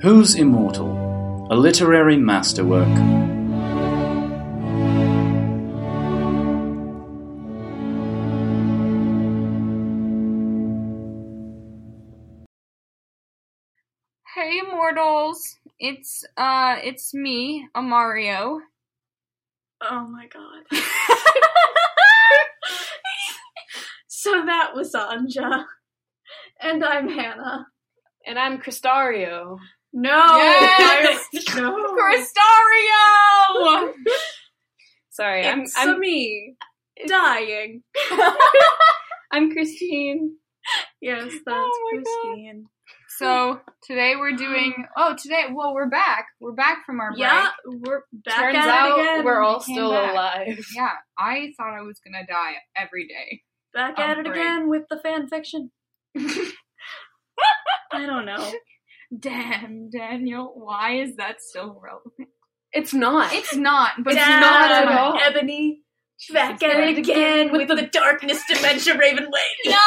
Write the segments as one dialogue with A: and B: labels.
A: Who's Immortal? A literary masterwork.
B: Hey mortals, it's uh it's me, Amario.
C: Oh my god. so that was Anja. And I'm Hannah.
D: And I'm Cristario.
C: No!
B: Yes!
C: I- no.
B: Cristario!
D: Sorry,
C: It's
D: I'm I'm
C: me dying.
D: I'm Christine.
C: Yes, that's
B: Oh my God.
C: Christine.
B: so today we're doing oh today well we're back. We're back from our break.
C: Yeah, we're back
D: Turns
C: at
D: out
C: it again.
D: we're all
B: came
D: still
B: back.
D: alive.
B: Yeah, I thought I was gonna die every day.
C: back
B: on
C: at it
B: break.
C: again with the fan fiction. I don't know.
B: Damn, Daniel, why is that still relevant?
D: It's not.
B: It's not, but
D: It's not
B: it's
D: at
B: not.
D: all.
C: Ebony, back
B: Jesus,
C: at it
B: back
C: again with the darkness dementia Raven Wade.
B: No!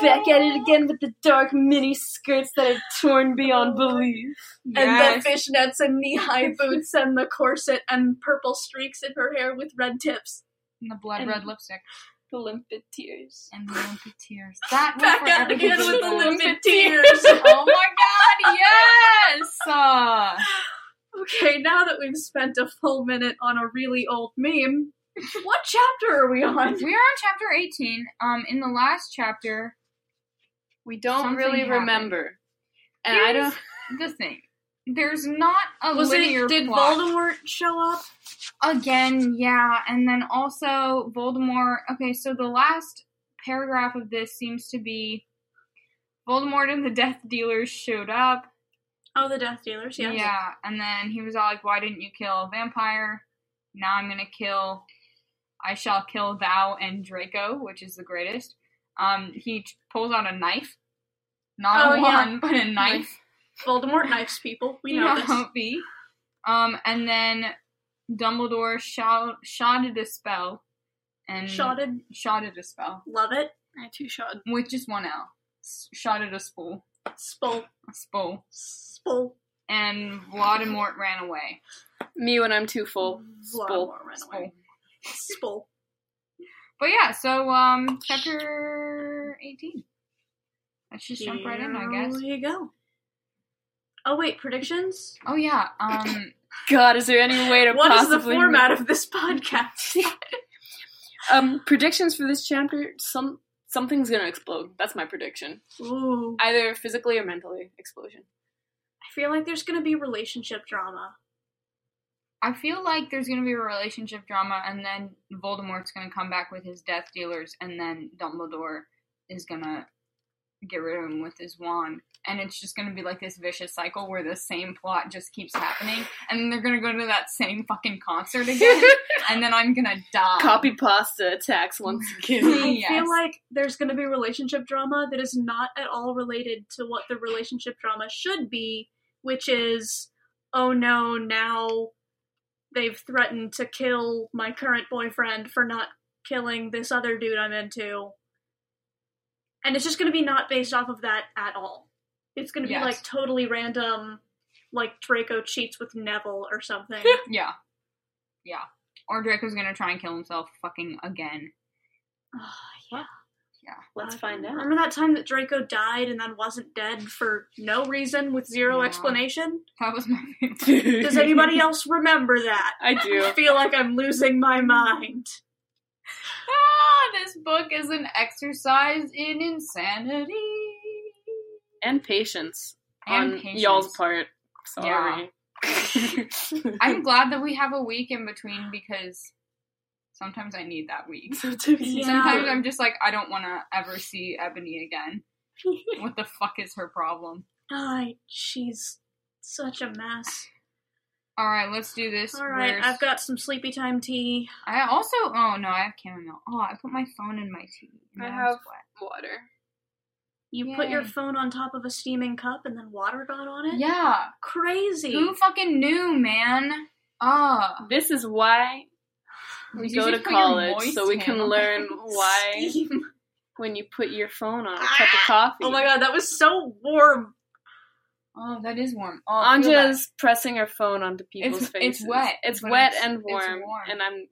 D: Back at it again with the dark mini skirts that are torn beyond belief.
C: and
B: Yes.
C: the fishnets and knee-high boots and the corset and purple streaks in her hair with red tips.
B: And the blood red lipstick
D: The limpid tears.
B: and the limpid tears. That was
C: Back
B: for
C: at it
B: everybody.
C: again with the limpid tears.
B: oh my god, yes! Uh,
C: okay, now that we've spent a full minute on a really old meme, what chapter are we on?
B: we are on chapter 18. Um, in the last chapter,
D: We don't
B: Something
D: really
B: happened.
D: remember. And I
B: here's
D: don't
B: the thing. There's not a
C: Was
B: linear
C: it did
B: plot.
C: Voldemort show up?
B: Again, yeah, and then also Voldemort. Okay, so the last paragraph of this seems to be Voldemort and the Death Dealers showed up.
C: Oh, the Death Dealers, yes.
B: Yeah, and then he was all like, "Why didn't you kill a vampire? Now I'm gonna kill. I shall kill thou and Draco, which is the greatest." Um, he t- pulls out a knife, not
C: Oh,
B: a
C: yeah.
B: wand, but a knife.
C: Voldemort knives people. We know this.
B: be. Um, and then Dumbledore shot shotted a spell, and
C: Shotted.
B: shotted a spell
C: Love it. I too shot.
B: with just one L. S- Shotted a spool,
C: Spol.
B: a spool,
C: Spol.
B: and Voldemort ran away.
D: me when I'm too full. Spool.
C: Voldemort ran away.
B: Spool.
C: Spol.
B: But yeah, so um, chapter eighteen. Let's just jump right in, I guess.
C: There you go. Oh wait, predictions.
B: Oh yeah, um,
D: God, is there any way to
C: What is
D: possibly
C: the format of this podcast?
D: Um predictions for this chapter, some something's gonna explode. That's my prediction.
C: Ooh, I
D: Either physically or mentally explosion.
C: feel like there's gonna be relationship drama.
B: I feel like there's gonna be a relationship drama, and then Voldemort's gonna come back with his Death Dealers, and then Dumbledore is gonna get rid of him with his wand, and it's just gonna be like this vicious cycle where the same plot just keeps happening, and then they're gonna go to that same fucking concert again, and then I'm gonna die.
D: Copy pasta attacks once again.
C: I
B: Yes.
C: feel like there's gonna be relationship drama that is not at all related to what the relationship drama should be, which is, oh no, now they've threatened to kill my current boyfriend for not killing this other dude I'm into. And it's just gonna be not based off of that at all. It's gonna be
B: Yes.
C: like totally random, like Draco cheats with Neville or something.
B: Yeah. Yeah. Or Draco's gonna try and kill himself fucking again.
C: Oh,
D: Let's find out.
C: Remember that time that Draco died and then wasn't dead for no reason with zero
B: Yeah.
C: explanation?
B: That was my favorite.
C: Does anybody else remember that?
D: I do.
C: I feel like I'm losing my mind.
B: ah, this book is an exercise in insanity.
D: And patience
B: And
D: on
B: patience.
D: y'all's part. Sorry.
B: I'm glad that we have a week in between because sometimes I need that week.
D: Sometimes
C: Yeah.
D: you-
B: Sometimes I'm just like, I don't wanna ever see Ebony again. what the fuck is her problem?
C: Ay, she's such a mess.
B: Alright, let's do this.
C: All right,
B: Where's-
C: I've got some sleepy time tea.
B: I also oh no, I have chamomile. Oh, I put my phone in my tea.
D: I
B: Now
D: have-
B: it's wet.
D: water.
C: You put your
B: Yay.
C: phone on top of a steaming cup and then water got on it?
B: Yeah.
C: Crazy.
B: Who fucking knew, man? Ah.
D: This is why we
B: Did you
D: go to
B: just put your
D: college
B: moist
D: so we
B: hand
D: can
B: on
D: learn why
C: Steam.
B: Ah!
D: when you put your phone on a cup of coffee.
C: Oh my god, that was so warm.
B: Oh, that is warm. Oh, I feel that.
D: Anja's pressing her phone onto people's
B: It's- it's
D: faces.
B: wet,
D: It's
B: but
D: wet
B: it's-
D: and
B: it's
D: warm,
B: warm.
D: and I'm,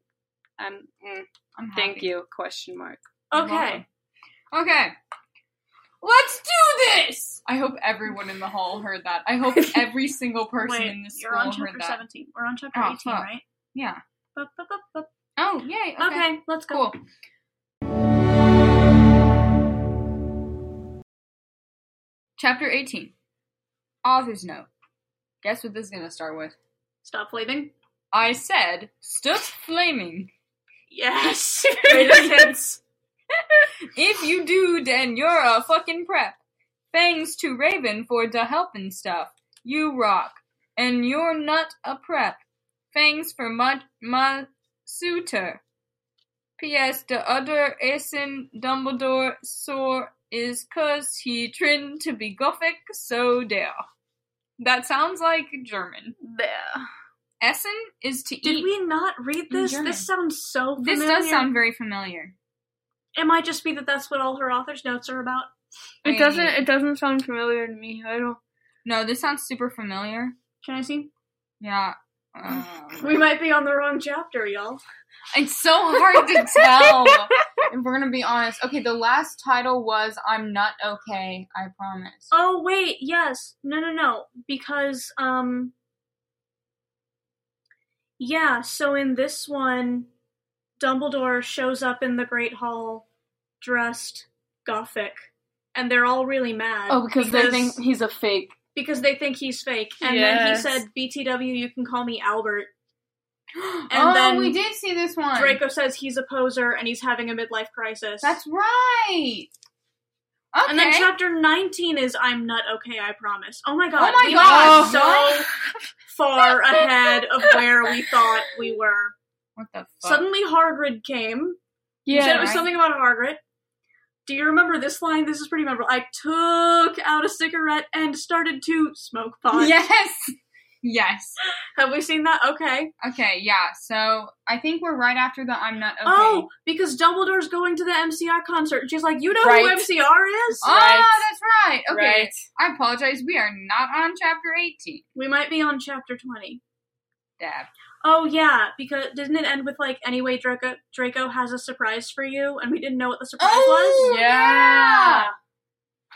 D: I'm. Mm,
B: I'm
D: thank
B: happy.
D: you? Question mark.
B: You're
C: Okay.
B: welcome. Okay. Let's do this. I hope everyone in the hall heard that. I hope every single person in
C: Wait,
B: this
C: you're
B: school
C: on
B: heard
C: chapter
B: that.
C: 17. We're on chapter
B: Oh,
C: 18,
B: fuck.
C: right?
B: Yeah.
C: Bup, bup, bup, bup.
B: Oh, yay. Okay.
C: Okay. let's go.
B: Cool. Chapter 18. Author's note. Guess what this is going to start with?
C: Stop leaving.
B: I said, stood flaming.
C: Yes. Greatest hits.
B: If you do, then you're a fucking prep. Thanks to Raven for the help and stuff. You rock. And you're not a prep. Thanks for my, my suitor. P.S. The other Aeson Dumbledore sore is 'cause he trained to be Gothic, so there. That sounds like German.
C: There.
B: Essen is to
C: Did
B: eat.
C: we not read
B: in
C: this?
B: German.
C: This sounds so familiar.
B: this does sound very familiar.
C: It might just be that that's what all her author's notes are about.
D: It
B: Maybe.
D: doesn't. It doesn't sound familiar to me. I don't.
B: No, this sounds super familiar.
C: Can I see?
B: Yeah. Uh,
C: We might be on the wrong chapter, y'all.
B: It's so hard to tell. if we're gonna be honest, okay, the last title was "I'm Not Okay." I promise.
C: Oh wait, yes. No, no, no. Because um Yeah, so in this one Dumbledore shows up in the Great Hall dressed gothic and they're all really mad
D: Oh, because, they think he's a fake.
C: because they think he's fake. And
D: Yes.
C: then he said BTW you can call me Albert.
B: and
C: and then
B: Oh, we did see this one.
C: Draco says he's a poser and he's having a midlife crisis.
B: That's right. Okay.
C: And then chapter 19 is I'm not okay, I promise. Oh my god.
B: Oh my
C: we
B: God,
C: are so far ahead of where we thought we were.
B: what the fuck?
C: Suddenly Hargrid came. You said it
D: Yeah.
C: was
B: right.
C: something about Hargrid. Do you remember this line? This is pretty memorable. I took out a cigarette and started to smoke pot.
B: yes. Yes.
C: Have we seen that? Okay.
B: Okay. Yeah. So I think we're right after the "I'm Not Okay."
C: Oh, because Dumbledore's going to the MCR concert. And she's like, you know
D: Right.
C: who MCR is?
B: Oh,
D: right.
B: that's right. Okay.
D: Right.
B: I apologize. We are not on chapter 18.
C: We might be on chapter 20.
B: Dab.
C: Oh yeah, because didn't it end with like anyway Draco Draco has a surprise for you and we didn't know what the surprise
B: Oh,
C: was?
D: Yeah.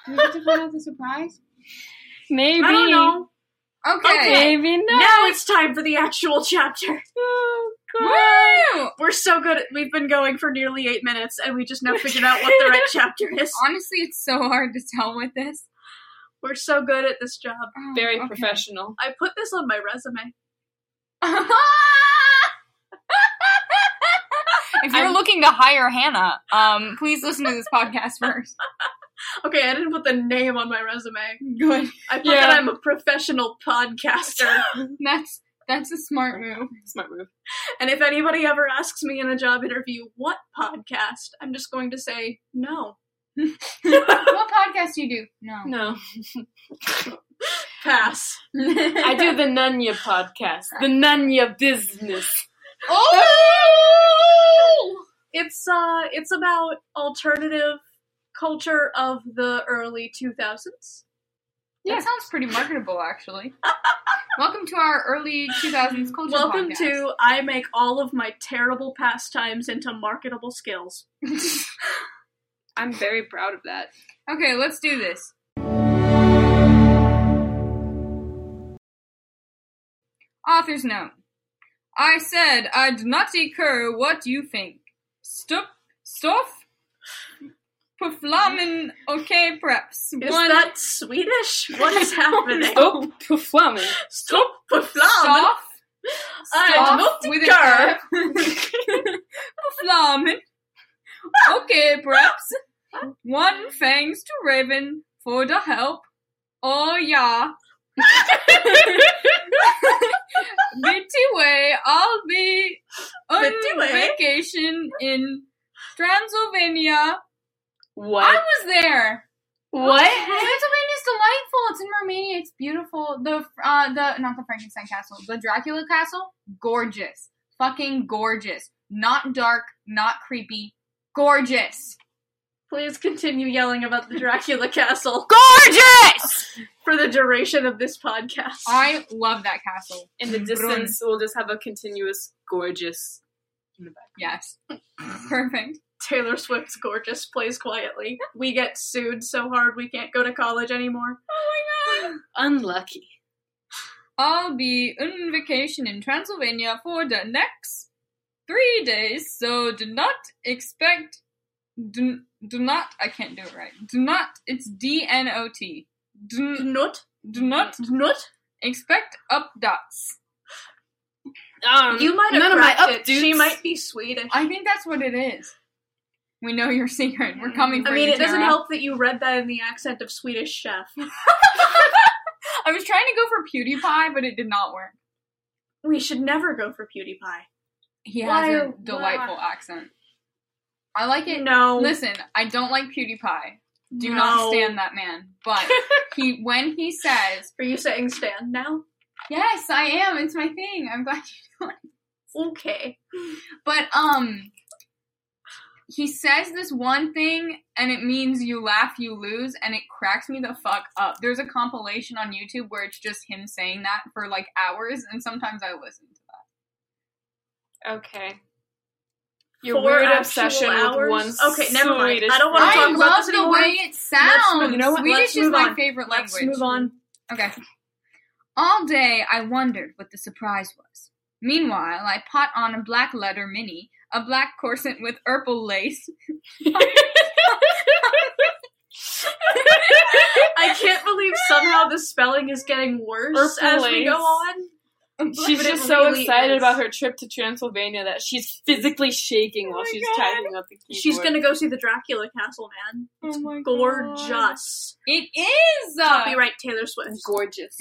B: Do we get to find out the surprise?
D: Maybe.
C: I don't know.
B: Okay.
D: Maybe not.
C: Now it's time for the actual chapter.
D: Oh, God.
B: Woo!
C: We're so good at, we've been going for nearly 8 minutes and we just now figured out what the right chapter is.
B: Honestly, it's so hard to tell with this.
C: We're so good at this job.
B: Oh,
D: Very
B: okay.
D: professional.
C: I put this on my resume.
B: if you're
D: I'm-
B: looking to hire Hannah, um, please listen to this podcast first.
C: Okay, I didn't put the name on my resume.
B: Good.
C: I put
D: Yeah.
C: that I'm a professional podcaster.
B: That's that's a smart move.
D: Smart move.
C: and if anybody ever asks me in a job interview what podcast, I'm just going to say no.
B: What podcast do you do? No.
D: No.
C: Pass.
D: I do the Nunya podcast. The Nunya business.
B: Oh!
C: It's uh it's about alternative culture of the early 2000s.
B: Yeah, that sounds pretty marketable, actually. Welcome to our early 2000s culture
C: Welcome
B: podcast.
C: to I make all of my terrible pastimes into marketable skills.
D: I'm very proud of that.
B: Okay, let's do this. Author's note. I said I'd not decur what you think. Stuff, stuff, performing okay preps.
C: Is
B: One
C: that Swedish? What is happening?
D: Oh, performing.
C: Stop performing.
B: stuff,
C: I'd
B: stuff
C: not
B: with
C: decur.
B: an performing okay preps. One thanks to Raven for the help. Oh yeah. Bitty way, I'll be on
C: Bitty way.
B: vacation in Transylvania. I
D: What?
B: was there.
D: What?
B: Transylvania's delightful. It's in Romania. It's beautiful. The uh, the not the Frankenstein castle, the Dracula castle, gorgeous, fucking gorgeous. Not dark, not creepy, gorgeous.
C: Please continue yelling about the Dracula Castle
D: Gorgeous!
C: for the duration of this podcast.
B: I love that castle.
D: In the distance, we'll just have a continuous gorgeous.
B: Yes. Perfect.
C: Taylor Swift's Gorgeous plays quietly. We get sued so hard we can't go to college anymore.
D: Unlucky.
B: I'll be on vacation in Transylvania for the next three days, so do not expect. Do, do not. I can't do it right. Do not. It's D N O T. Do,
C: Not,
B: do not
C: not.
B: expect up dots.
D: Um,
C: You might have
D: none of my
C: cracked
D: up
C: it.
D: dudes.
C: She might be Swedish.
B: I think that's what it is. We know your secret. We're coming for
C: I mean,
B: you.
C: it doesn't
B: Tara.
C: help that you read that in the accent of Swedish chef.
B: I was trying to go for PewDiePie, but it did not work.
C: We should never go for PewDiePie.
B: He
C: Why-
B: has a delightful accent. I like it.
C: No.
B: Listen, I don't like PewDiePie. Do not stand that man. But he, when he says,
C: Are you saying stand now?
B: "Yes, I am. It's my thing. I'm glad." You.
C: Okay.
B: But um, he says this one thing, and it means you laugh, you lose, and it cracks me the fuck up. There's a compilation on YouTube where it's just him saying that for like hours, and sometimes I listen to that.
D: Okay. Your
C: Four
D: weird
C: actual
D: obsession
C: hours?
D: with one.
C: Okay, never mind.
D: Swedish
C: I don't wanna
D: friend.
C: talk
B: I
C: about
B: love
C: this
B: the
C: anymore.
B: way it
C: move-
B: sounds.
C: you know what?
B: Swedish
C: Let's
B: is
C: move
B: my
C: on.
B: favorite
C: Let's
B: language.
C: move on.
B: Okay. All day I wondered what the surprise was. Meanwhile, I pot on a black leather mini, a black corset with purple lace.
C: I can't believe somehow the spelling is getting worse
D: Purple
C: as we go
D: lace.
C: on.
D: She's
C: But it
D: just so
C: really
D: excited
C: is.
D: about her trip to Transylvania that she's physically shaking while
B: my
D: she's
B: God.
D: typing up the keyboard.
C: She's gonna go see the Dracula Castle, man.
B: Oh my God.
C: Gorgeous.
B: It is! uh,
C: Copyright Taylor Swift.
D: gorgeous.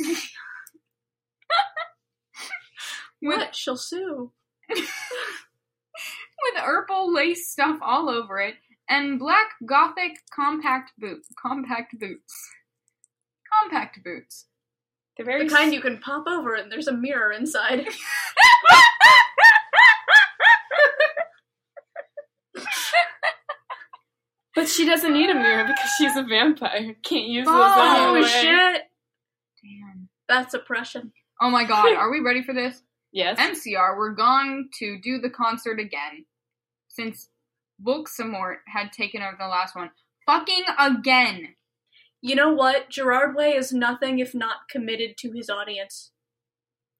B: With,
C: What? She'll sue.
B: with purple lace stuff all over it, and black gothic compact boots. Compact boots. Compact boots.
D: They're very
C: The kind you can pop over and there's a mirror inside.
D: But she doesn't need a mirror because she's a vampire. Can't use those
B: Oh,
D: anyway.
C: shit.
B: Damn.
C: That's oppression.
B: Oh my god, are we ready for this?
D: Yes.
B: MCR, we're going to do the concert again. Since Volksamort had taken over the last one. Fucking again.
C: You know what? Gerard Way is nothing if not committed to his audience.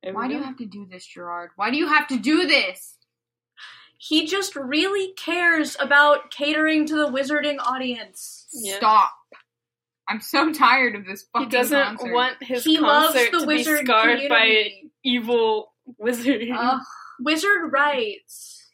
D: There we
B: Why do
D: go.
B: you have to do this, Gerard? Why do you have to do this?
C: He just really cares about catering to the wizarding audience.
D: Yeah.
B: Stop. I'm so tired of this
D: He
B: fucking
D: doesn't
B: concert.
D: want his
C: he loves
D: concert
C: the
D: to be
C: wizard
D: scarred by
C: community.
D: evil wizard.
B: Ugh.
C: Wizard rights.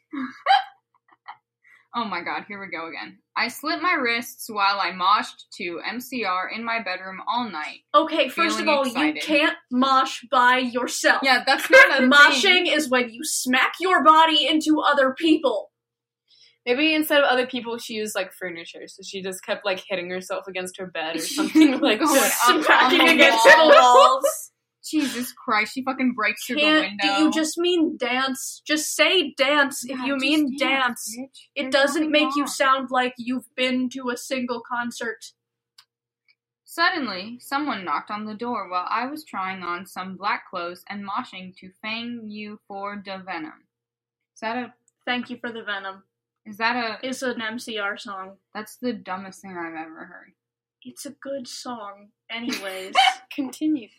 B: Oh my god, here we go again. I slit my wrists while I moshed to MCR in my bedroom all night.
C: Okay, first of
B: Feeling
C: all, you
B: excited.
C: can't mosh by yourself.
B: Yeah, that's not a
C: Moshing
B: thing.
C: is when you smack your body into other people.
D: Maybe instead of other people, she used like furniture, so she just kept like hitting herself against her bed or something like
B: Going
D: that.
B: up
C: Smacking
B: on the
C: against
B: wall.
C: the walls.
B: Jesus Christ, she fucking breaks through the
C: Can't,
B: window.
C: do you just mean dance? Just say dance
B: Yeah,
C: if you
B: just
C: mean dance.
B: bitch.
C: It
B: There's
C: doesn't
B: nothing
C: make you
B: wrong.
C: sound like you've been to a single concert.
B: Suddenly, someone knocked on the door while I was trying on some black clothes and moshing to Fang You for the Venom. Is that a.
C: Thank you for the venom.
B: Is that a.
C: It's an MCR song.
B: That's the dumbest thing I've ever heard.
C: It's a good song, anyways.
D: Continue.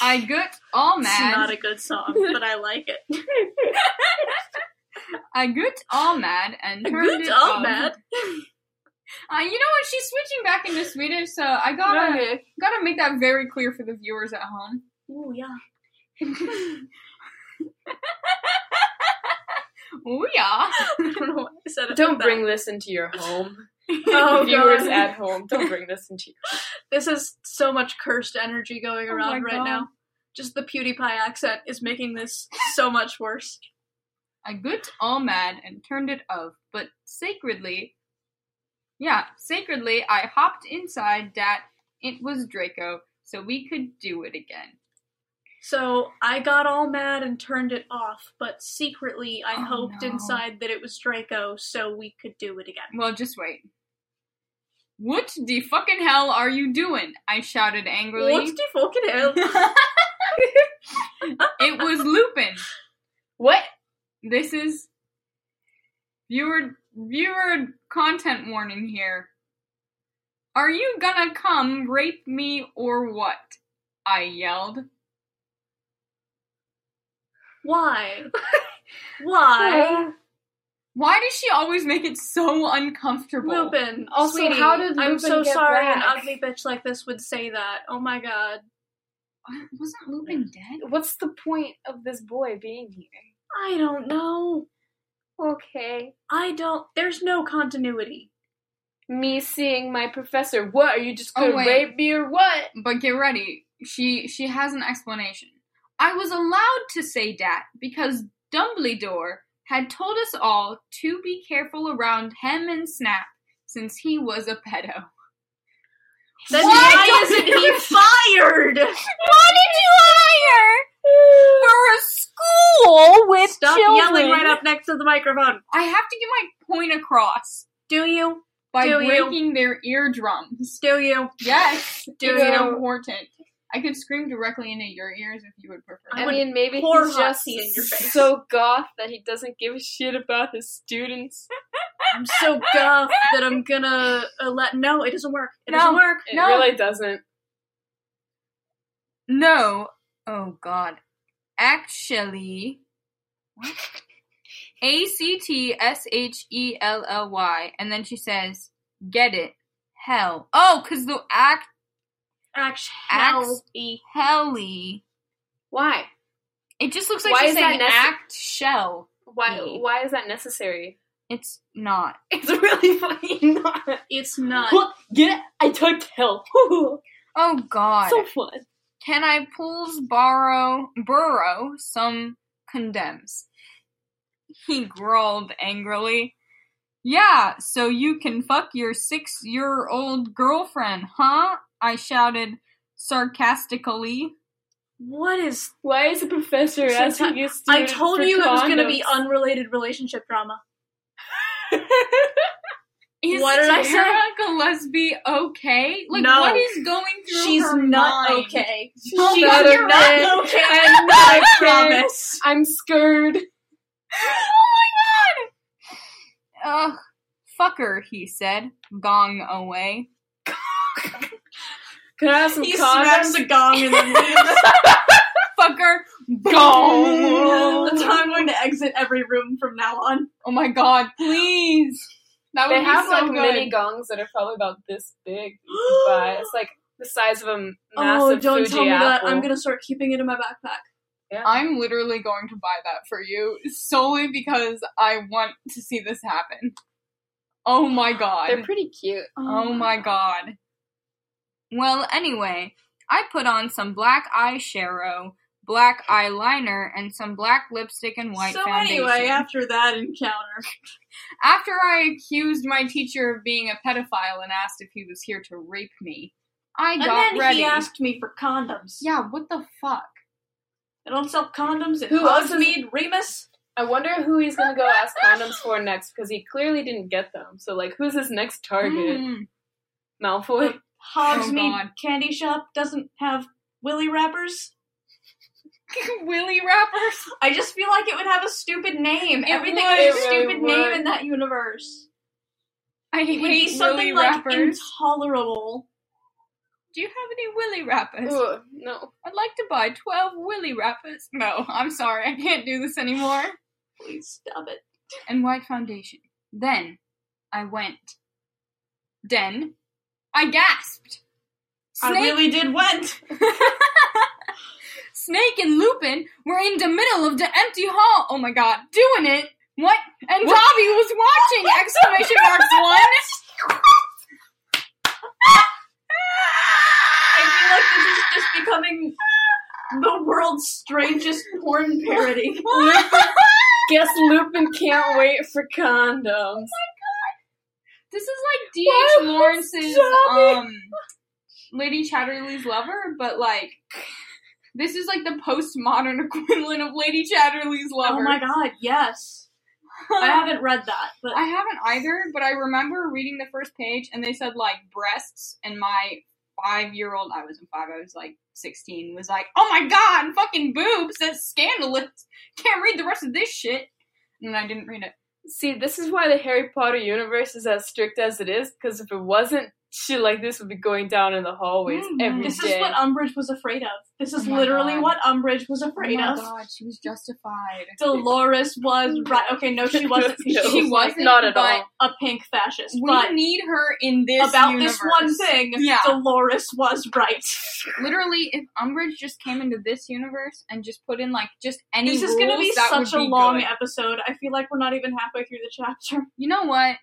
B: I got all
C: it's
B: mad.
C: not a good song, but I like it.
B: I got all mad and
C: A
B: turned
C: good
B: it
C: all
B: on.
C: mad.
B: Uh, you know what? She's switching back into Swedish, so I gotta
D: Okay.
B: gotta make that very clear for the viewers at home.
C: Ooh, yeah.
B: Oh yeah.
C: I don't know why I said it.
D: Don't
C: like
D: bring
C: that.
D: this into your home.
C: Oh,
D: Viewers
C: God.
D: at home, don't bring this into your
C: This is so much cursed energy going
B: Oh
C: around
B: my
C: right
B: God.
C: now. Just the PewDiePie accent is making this so much worse.
B: I got all mad and turned it off, but sacredly, yeah, sacredly, I hopped inside that it was Draco, so we could do it again.
C: So I got all mad and turned it off, but secretly I
B: Oh,
C: hoped
B: no.
C: inside that it was Draco so we could do it again.
B: Well, just wait. What the fucking hell are you doing? I shouted angrily.
C: What the fucking hell?
B: it was Lupin.
D: What?
B: This is viewer viewer content warning here. Are you gonna come rape me or what? I yelled.
C: Why? Why?
B: Why does she always make it so uncomfortable?
C: Lupin.
D: Also,
C: sweetie,
D: how did
C: I'm
D: Lupin
C: so
D: get
C: sorry an
D: back?
C: ugly bitch like this would say that. Oh my god.
B: Wasn't Lupin dead?
D: What's the point of this boy being here?
C: I don't know.
D: Okay.
C: I don't. There's no continuity.
D: Me seeing my professor. What? Are you just
B: Oh,
D: gonna
B: wait.
D: rape me or what?
B: But get ready. She she has an explanation. I was allowed to say dat because Dumbledore had told us all to be careful around him and Snap since he was a pedo.
C: Then
B: Why
C: why
B: don't
C: isn't
B: you-
C: he fired?
B: Why did you hire for a school with
C: Stop yelling right up next to the microphone.
B: I have to get my point across
C: Do you?
B: by
C: Do you?
B: breaking their eardrums.
C: Do you?
B: Yes,
C: Do
B: it's
D: you?
B: important. I could scream directly into your ears if you would prefer.
D: I,
C: I would
D: mean, maybe
C: pour
D: he's
C: hot
D: just
C: tea in your face.
D: so goth that he doesn't give a shit about his students.
C: I'm so guff that I'm gonna uh, let. No, it doesn't work. It
B: No.
C: doesn't work.
D: It
B: No.
D: really doesn't.
B: No. Oh God. Actually. A C T S H E L L Y, and then she says, "Get it, hell." Oh, cause the act
C: Actually,
B: Ax-
C: E.
B: helly.
D: Why?
B: It just looks like
D: Why
B: she's
D: is that
B: saying
D: necess-
B: act shell.
D: Why?
B: Me.
D: Why is that necessary?
B: It's not.
D: It's really fucking not.
C: it's not.
D: Yeah, I took help.
B: Oh God.
D: so fun.
B: Can I pulls borrow burrow some condemns? He growled angrily. Yeah, so you can fuck your six year old girlfriend, huh? I shouted sarcastically.
C: What is?
D: Why is the professor
C: Sometimes-
D: asking his
C: I
D: student
C: told
D: for
C: you it was gonna be
D: condoms?
C: unrelated relationship drama.
B: Is
C: What did I say?
B: Tara Gillespie okay? Like
C: No.
B: what is going through
C: She's
B: her
C: not
B: mind?
C: okay.
B: Oh
D: She's
B: my
D: not
B: God,
D: a
B: you're
D: man.
B: right.
C: okay.
D: I'm not
C: I
D: a man.
C: promise.
D: I'm scared.
B: oh my god! Ugh, fucker, he said, gong away.
D: Can I have some
C: smacks
D: condoms?
C: the gong and then leaves.
B: Fucker,
D: Gong.
B: gong!
C: That's how I'm going to exit every room from now on.
B: Oh my god, please! That would
D: They
B: be
D: have
B: so
D: like
B: good.
D: mini gongs that are probably about this big, but it's like the size of a massive
C: oh, don't
D: Fuji
C: tell me that.
D: apple.
C: I'm gonna start keeping it in my backpack.
B: I'm literally going to buy that for you solely because I want to see this happen. Oh my god.
D: They're pretty cute.
B: Oh my god. Well, anyway, I put on some black eyeshadow, black eyeliner, and some black lipstick and white
C: so
B: foundation.
C: anyway, after that encounter,
B: After I accused my teacher of being a pedophile and asked if he was here to rape me, I
C: and
B: got
C: then
B: ready.
C: he asked me for condoms.
B: yeah, what the fuck?
C: I don't sell condoms. It
D: Who
C: Who
D: else
C: else
D: is-
C: me, Remus?
D: I wonder who he's gonna go ask condoms for next because he clearly didn't get them. So like, who's his next target?
B: Mm.
D: Malfoy.
C: Hogsmeade
B: God.
C: candy shop doesn't have willy wrappers.
B: Willy rappers?
C: I just feel like it would have a stupid name.
B: It would.
C: Everything has a
D: It really
C: stupid
D: would.
C: name in that universe.
B: I
C: It
B: hate
C: would be
B: Willy
C: something like
B: rappers.
C: intolerable.
B: Do you have any Willy rappers?
D: Ooh, no.
B: I'd like to buy 12 Willy rappers. No, I'm sorry, I can't do this anymore.
C: Please stop it.
B: and white foundation. Then I went. Then I gasped. Snake,
C: I really did went.
B: Snake and Lupin were in the middle of the empty hall. Oh my god, doing it. What? And Dobby was watching! Exclamation marks one.
C: I feel like this is just becoming the world's strangest porn parody.
D: Guess Lupin can't wait for condoms.
B: This is like
D: Why
B: D.H.
D: was
B: Lawrence's
D: Dobby-
B: um Lady Chatterley's lover, but like this is like the postmodern equivalent of Lady Chatterley's lover.
C: Oh my god, Oh yes. I haven't read that, but
B: Uh, I haven't either, but I remember reading the first page and they said like breasts, and my five year old, I wasn't five, I was like 16, was like, oh my god, fucking boobs, that's scandalous. Can't read the rest of this shit. And then I didn't read it.
D: See, this is why the Harry Potter universe is as strict as it is, because if it wasn't, shit like this would be going down in the hallways
B: Mhm.
D: every day.
C: Mm. this is what Umbridge was afraid of. This is
B: Oh my
C: literally
B: God.
C: what Umbridge was afraid
B: oh my
C: of.
B: god, she was justified.
C: Dolores was right. Okay, no, she wasn't.
D: No.
C: She was
B: wasn't,
D: Not at
B: but
D: all.
C: a pink fascist,
B: We
C: but
B: need her in this
C: about
B: universe.
C: this one thing,
B: Yeah.
C: Dolores was right.
B: Literally, if Umbridge just came into this universe and just put in like just any
C: This is
B: rules,
C: gonna be
B: that
C: such
B: would
C: a
B: be
C: long
B: good.
C: episode. I feel like we're not even halfway through the chapter.
B: You know what?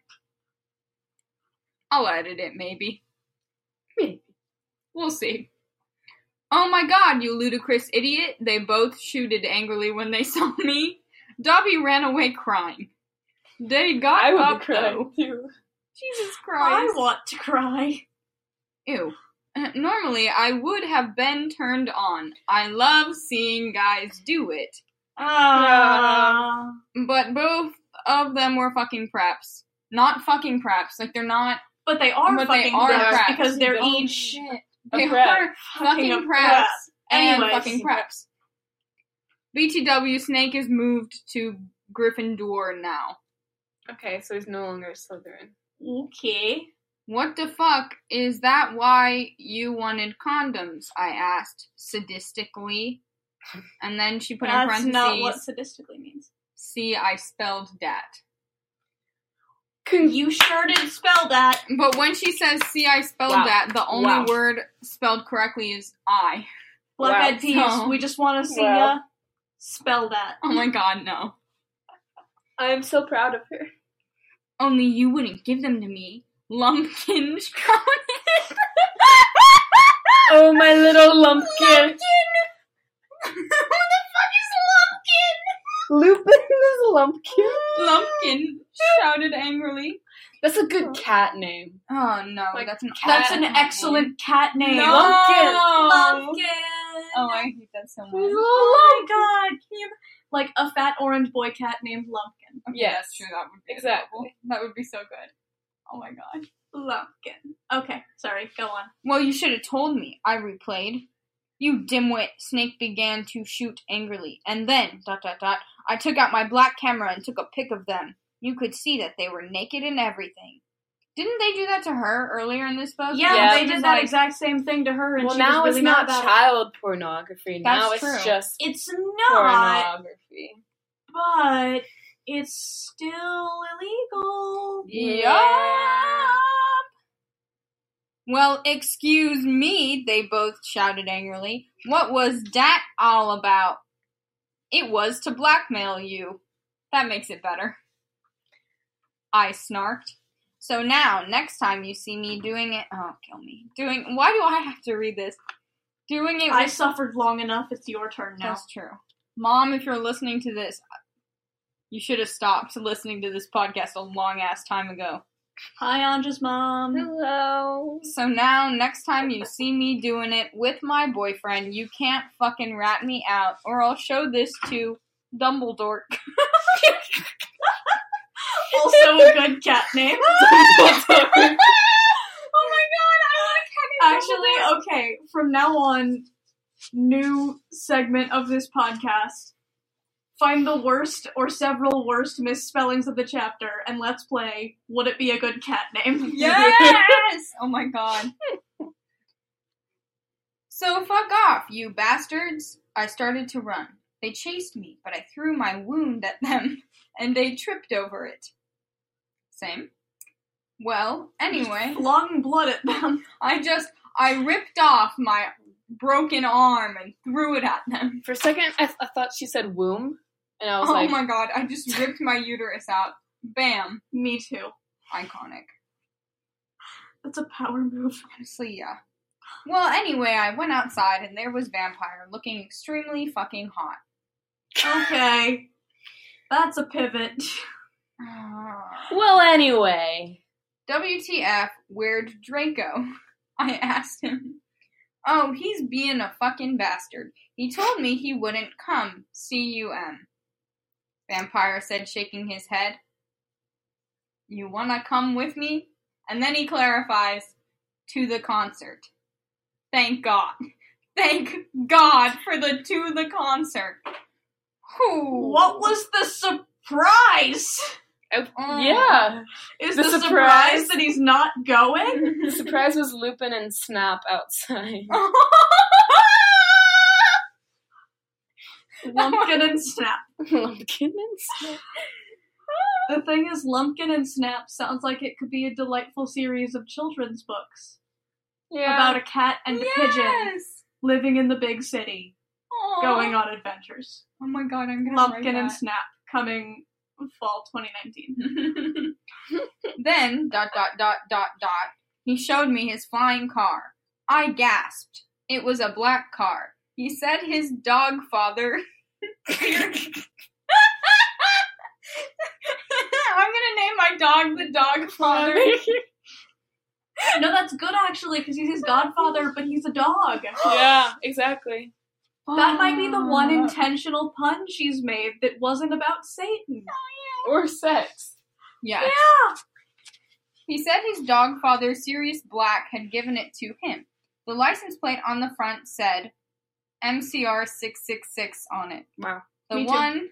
B: I'll edit it maybe.
D: Maybe.
B: We'll see. Oh my god, you ludicrous idiot. They both shooted angrily when they saw me. Dobby ran away crying. They got
D: I would
B: up
D: be crying
B: though.
D: too.
B: Jesus
C: I
B: Christ.
C: want to cry.
B: Ew. Uh, Normally I would have been turned on. I love seeing guys do it.
C: Ah.
B: But both of them were fucking preps. Not fucking preps. Like they're not
C: But they are
B: But they
C: fucking
B: are
C: preps
B: preps.
C: because they're
D: They're
C: each
D: A
B: They
D: prep.
B: are fucking
C: a
B: preps
C: prep.
B: and
C: Anyways.
B: fucking preps. BTW Snake is moved to Gryffindor now.
D: Okay, so he's no longer a Slytherin.
C: Okay.
B: What the fuck is that? Why you wanted condoms? I asked sadistically, and then she put in
C: That's
B: parentheses.
C: not what sadistically means.
B: See, I spelled dat.
C: You sure did spell that.
B: But when she says "see, I spelled
D: Wow.
B: that," the only
D: Wow.
B: word spelled correctly is "I."
C: Black
D: Wow.
C: Eyed Peas,
B: No.
C: we just want to see
D: Wow.
C: ya spell that.
B: Oh my god, no!
D: I'm so proud of her.
B: Only you wouldn't give them to me, lumpkin.
D: Oh, my little lumpkin.
B: Who the fuck is Lumpkin?
D: Lupin is lumpkin.
B: Lumpkin shouted angrily.
D: That's a good cat name.
B: Oh no,
D: Like,
B: that's an
C: That's an
B: excellent
C: excellent cat
B: name.
C: name.
B: No.
D: Lumpkin.
C: Lumpkin.
B: Oh, I hate that so much.
D: He's a
B: Okay,
C: Oh my god. Can you- Like a fat orange boy cat named Lumpkin.
D: Yes.
B: that's true. That would be
D: Exactly.
B: adorable. That would be so good. Oh my god.
C: Lumpkin. Okay, sorry, go on.
B: Well, you should have told me. I replayed. You dimwit! Snake began to shoot angrily, and then dot dot dot. I took out my black camera and took a pic of them. You could see that they were naked and everything. Didn't they do that to her earlier in this book?
C: Yeah,
D: Yeah.
C: they
B: She was
C: did that
B: like-
C: exact same thing to her, and
D: Well,
C: she
D: now
C: was really
D: it's not
C: mad about it.
D: child pornography. now
B: That's
D: it's
B: true.
D: just
C: It's not,
D: pornography.
C: but it's still illegal.
B: Yeah. Well, excuse me, they both shouted angrily. What was that all about? It was to blackmail you. That makes it better. I snarked. So now, next time you see me doing it, oh, kill me. Doing, why do I have to read this? Doing it
C: I
B: with-
C: suffered long enough. It's your turn now.
B: That's true. Mom, if you're listening to this, you should have stopped listening to this podcast a long ass time ago.
C: Hi, Anja's mom.
D: Hello.
B: So now, next time you see me doing it with my boyfriend, you can't fucking rat me out, or I'll show this to Dumbledore.
C: Also a good cat name.
B: Oh my god, I want
C: Actually, okay, from now on, new segment of this podcast. Find the worst or several worst misspellings of the chapter and let's play Would It Be a Good Cat Name?
B: Yes! oh my god. So fuck off, you bastards. I started to run. They chased me, but I threw my wound at them, and they tripped over it. Same. Well, anyway.
C: Long blood at them.
B: I just I ripped off my broken arm and threw it at them.
D: For a second, I, I thought she said womb, and I was
B: Oh
D: like,
B: my god, I just ripped my uterus out. Bam.
C: Me too.
B: Iconic.
C: That's a power move.
B: Honestly, yeah. Well, anyway, I went outside and there was Vampire looking extremely fucking hot.
C: Okay. That's a pivot.
B: Ah.
D: well, anyway.
B: WTF, where'd Draco? I asked him. Oh, he's being a fucking bastard. He told me he wouldn't come. C U M. Vampire said, shaking his head. You wanna come with me? And then he clarifies, to the concert. Thank God. Thank God for the to the concert. Whew.
C: What was the surprise?
B: Oh.
D: Yeah.
C: Is
D: The
C: the, surprise.
D: surprise?
C: that he's not going?
D: The surprise was Lupin and Snap outside.
C: Lumpkin and Snap.
D: Lumpkin and Snap.
C: The thing is, Lumpkin and Snap sounds like it could be a delightful series of children's books
D: Yeah.
C: about a cat and a pigeon
B: Yes.
C: living in the big city,
B: Aw.
C: going on adventures.
B: Oh my god, I'm gonna
C: Lumpkin and
B: write
C: Snap coming fall 2019.
B: that. Then dot dot dot dot dot. He showed me his flying car. I gasped. It was a black car. He said his dog father. I'm gonna name my dog the dog father.
C: no, that's good actually, because he's his godfather, but he's a dog.
D: yeah, exactly.
C: That might be the one intentional pun she's made that wasn't about Satan.
D: Or sex.
B: Yes.
C: Yeah.
B: He said his dog father, Sirius Black, had given it to him. The license plate on the front said MCR 666 on it.
D: Wow.
B: The
C: Me too.
B: one.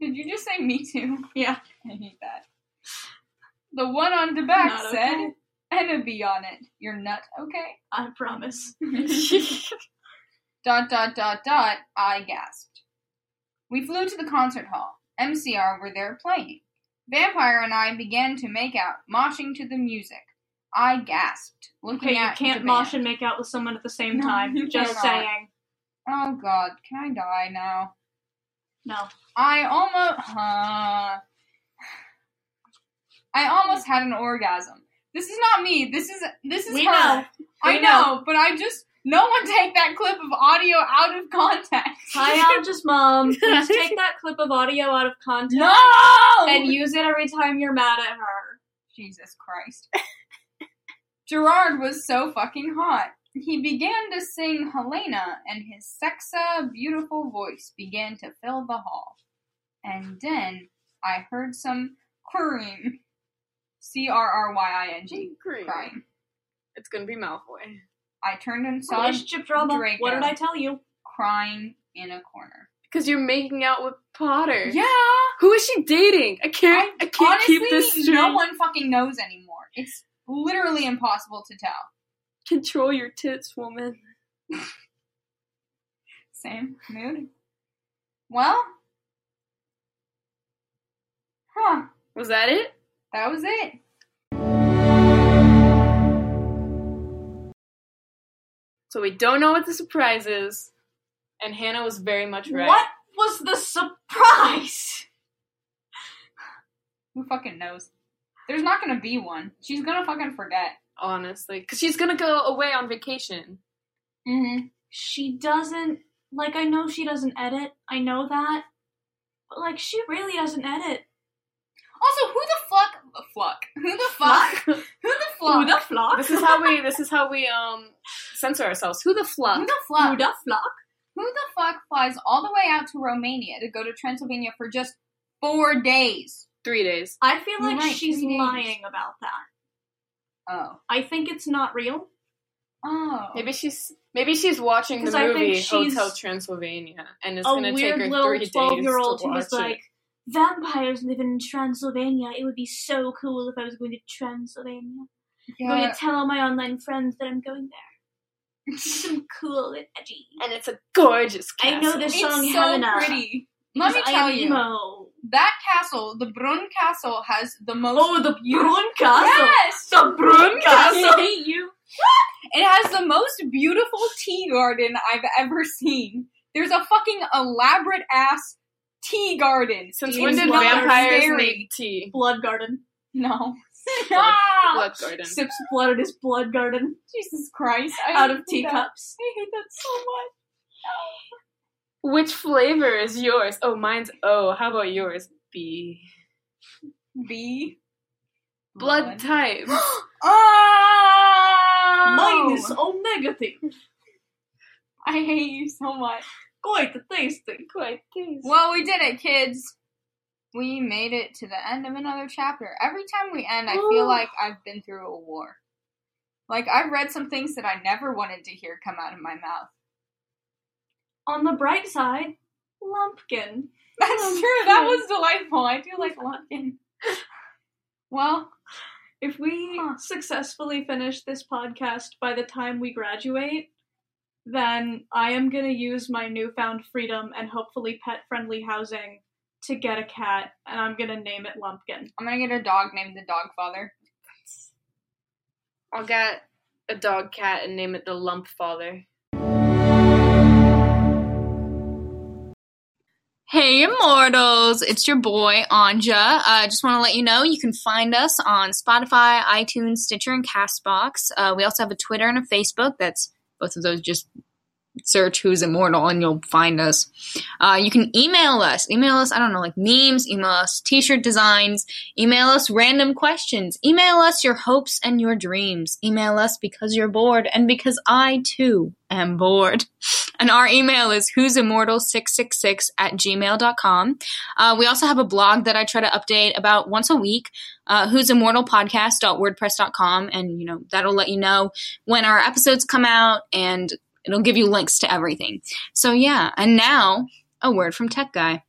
B: Did you just say me too?
C: Yeah.
B: I hate that. The one on the back
C: Not
B: said
C: okay.
B: enemy on it. You're nut, okay?
C: I promise.
B: Dot dot dot dot, I gasped. We flew to the concert hall. MCR were there playing. Vampire and I began to make out, moshing to the music. I gasped, looking
C: Okay, you
B: at
C: can't
B: the
C: mosh
B: band.
C: and make out with someone at the same
B: No,
C: time.
B: you
C: Just
B: cannot.
C: saying.
B: Oh god, can I die now?
C: No.
B: I almost huh. I almost had an orgasm. This is not me. This is this is
C: We
B: her.
C: know.
B: I
C: We
B: know, but I just no one take that clip of audio out of context.
C: Hi, I'm just mom. Please take that clip of audio out of context
B: no.
C: and use it every time you're mad at her.
B: Jesus Christ. Gerard was so fucking hot. He began to sing Helena, and his sexa, beautiful voice began to fill the hall. And then I heard some crying. C R R Y I N G. Crying.
D: It's gonna be Malfoy.
B: I turned and saw him
C: Relationship drama.
B: Draco.
C: What did I tell you?
B: crying in a corner.
D: Because you're making out with Potter.
B: Yeah!
D: Who is she dating? I can't. I, can't
B: Honestly,
D: keep this straight.
B: no one fucking knows anymore. It's literally impossible to tell.
D: Control your tits, woman.
B: Same mood. Well, huh?
D: Was that it?
B: That was it.
D: So we don't know what the surprise is, and Hannah was very much right.
C: What was the surprise?
B: Who fucking knows? There's not gonna be one. She's gonna fucking forget.
D: Honestly, because she's gonna go away on vacation.
B: Mm-hmm.
C: She doesn't. Like, I know she doesn't edit. I know that. But, like, she really doesn't edit.
B: Also, who the fuck? Fuck. Who the fuck? Who the fuck?
C: Who the flock?
D: this is how we. This is how we um censor ourselves. Who the
B: Who
D: fluff?
B: the
C: Who
B: fuck?
C: the flock?
B: Who the fuck flies all the way out to Romania to go to Transylvania for just four days?
D: Three days.
C: I feel like
B: You're right,
C: she's
B: three days.
C: lying about that.
B: Oh.
C: I think it's not real.
B: Oh.
D: Maybe she's maybe she's watching the
C: 'Cause I think
D: movie
C: she's
D: Hotel Transylvania, and it's
C: a
D: gonna take
C: weird
D: her
C: little
D: three
C: 12
D: days
C: year old
D: to
C: who
D: watch
C: was like, Vampires live in Transylvania. It would be so cool if I was going to Transylvania. I'm going
B: Yeah.
C: to tell all my online friends that I'm going there. Some cool and edgy.
D: it. And it's a gorgeous. Castle.
C: I know this
B: It's
C: song
B: so
C: Helena.
B: pretty. Let me
C: because I
B: tell
C: am
B: you.
C: Emo.
B: That castle, the Brunn Castle, has the most.
C: Oh, the Brun Castle.
B: Yes!
C: The Brun
B: Castle.
C: Castle. hate you.
B: It has the most beautiful tea garden I've ever seen. There's a fucking elaborate ass tea garden.
D: Since
B: It
D: when
B: is
D: did
B: rather
D: vampires
B: scary.
D: make tea?
C: Blood Garden.
B: No.
D: Blood-
B: Ah!
D: Blood garden.
C: Sips blood at his blood garden
B: Jesus Christ. I hate
C: out of
B: that.
C: teacups.
B: I hate that so much.
D: Which flavor is yours? Oh, mine's O. How about yours? B.
B: B.
D: Blood type.
B: Oh!
C: Mine is Omega thing.
B: I hate you so much.
C: Quite tasty.
D: Quite tasty.
B: Well, we did it, kids. we made it to the end of another chapter. Every time we end, I feel
C: Ooh.
B: like I've been through a war. Like I've read some things that I never wanted to hear come out of my mouth.
C: On the bright side, Lumpkin.
B: That's
C: Oh,
B: true. That
C: good.
B: was delightful. I do like Lumpkin. Well,
C: If we
B: Huh.
C: successfully finish this podcast by the time we graduate, then I am going to use my newfound freedom and hopefully pet friendly housing to get a cat, and I'm going to name it Lumpkin.
B: I'm gonna get a dog named the Dog Father.
D: I'll get a dog cat and name it the Lump Father.
B: Hey, immortals! It's your boy, Anja. I uh, just want to let you know you can find us on Spotify, iTunes, Stitcher, and Castbox. Uh, we also have a Twitter and a Facebook. That's both of those just search who's immortal and you'll find us. Uh, you can email us. Email us, I don't know, like memes, email us t shirt designs, email us random questions, email us your hopes and your dreams, email us because you're bored and because I too am bored. And our email is who's immortal666 at gmail.com. Uh, we also have a blog that I try to update about once a week, uh, who's immortal podcast.wordpress.com. And, you know, that'll let you know when our episodes come out and it'll give you links to everything. So, yeah. And now, a word from Tech Guy.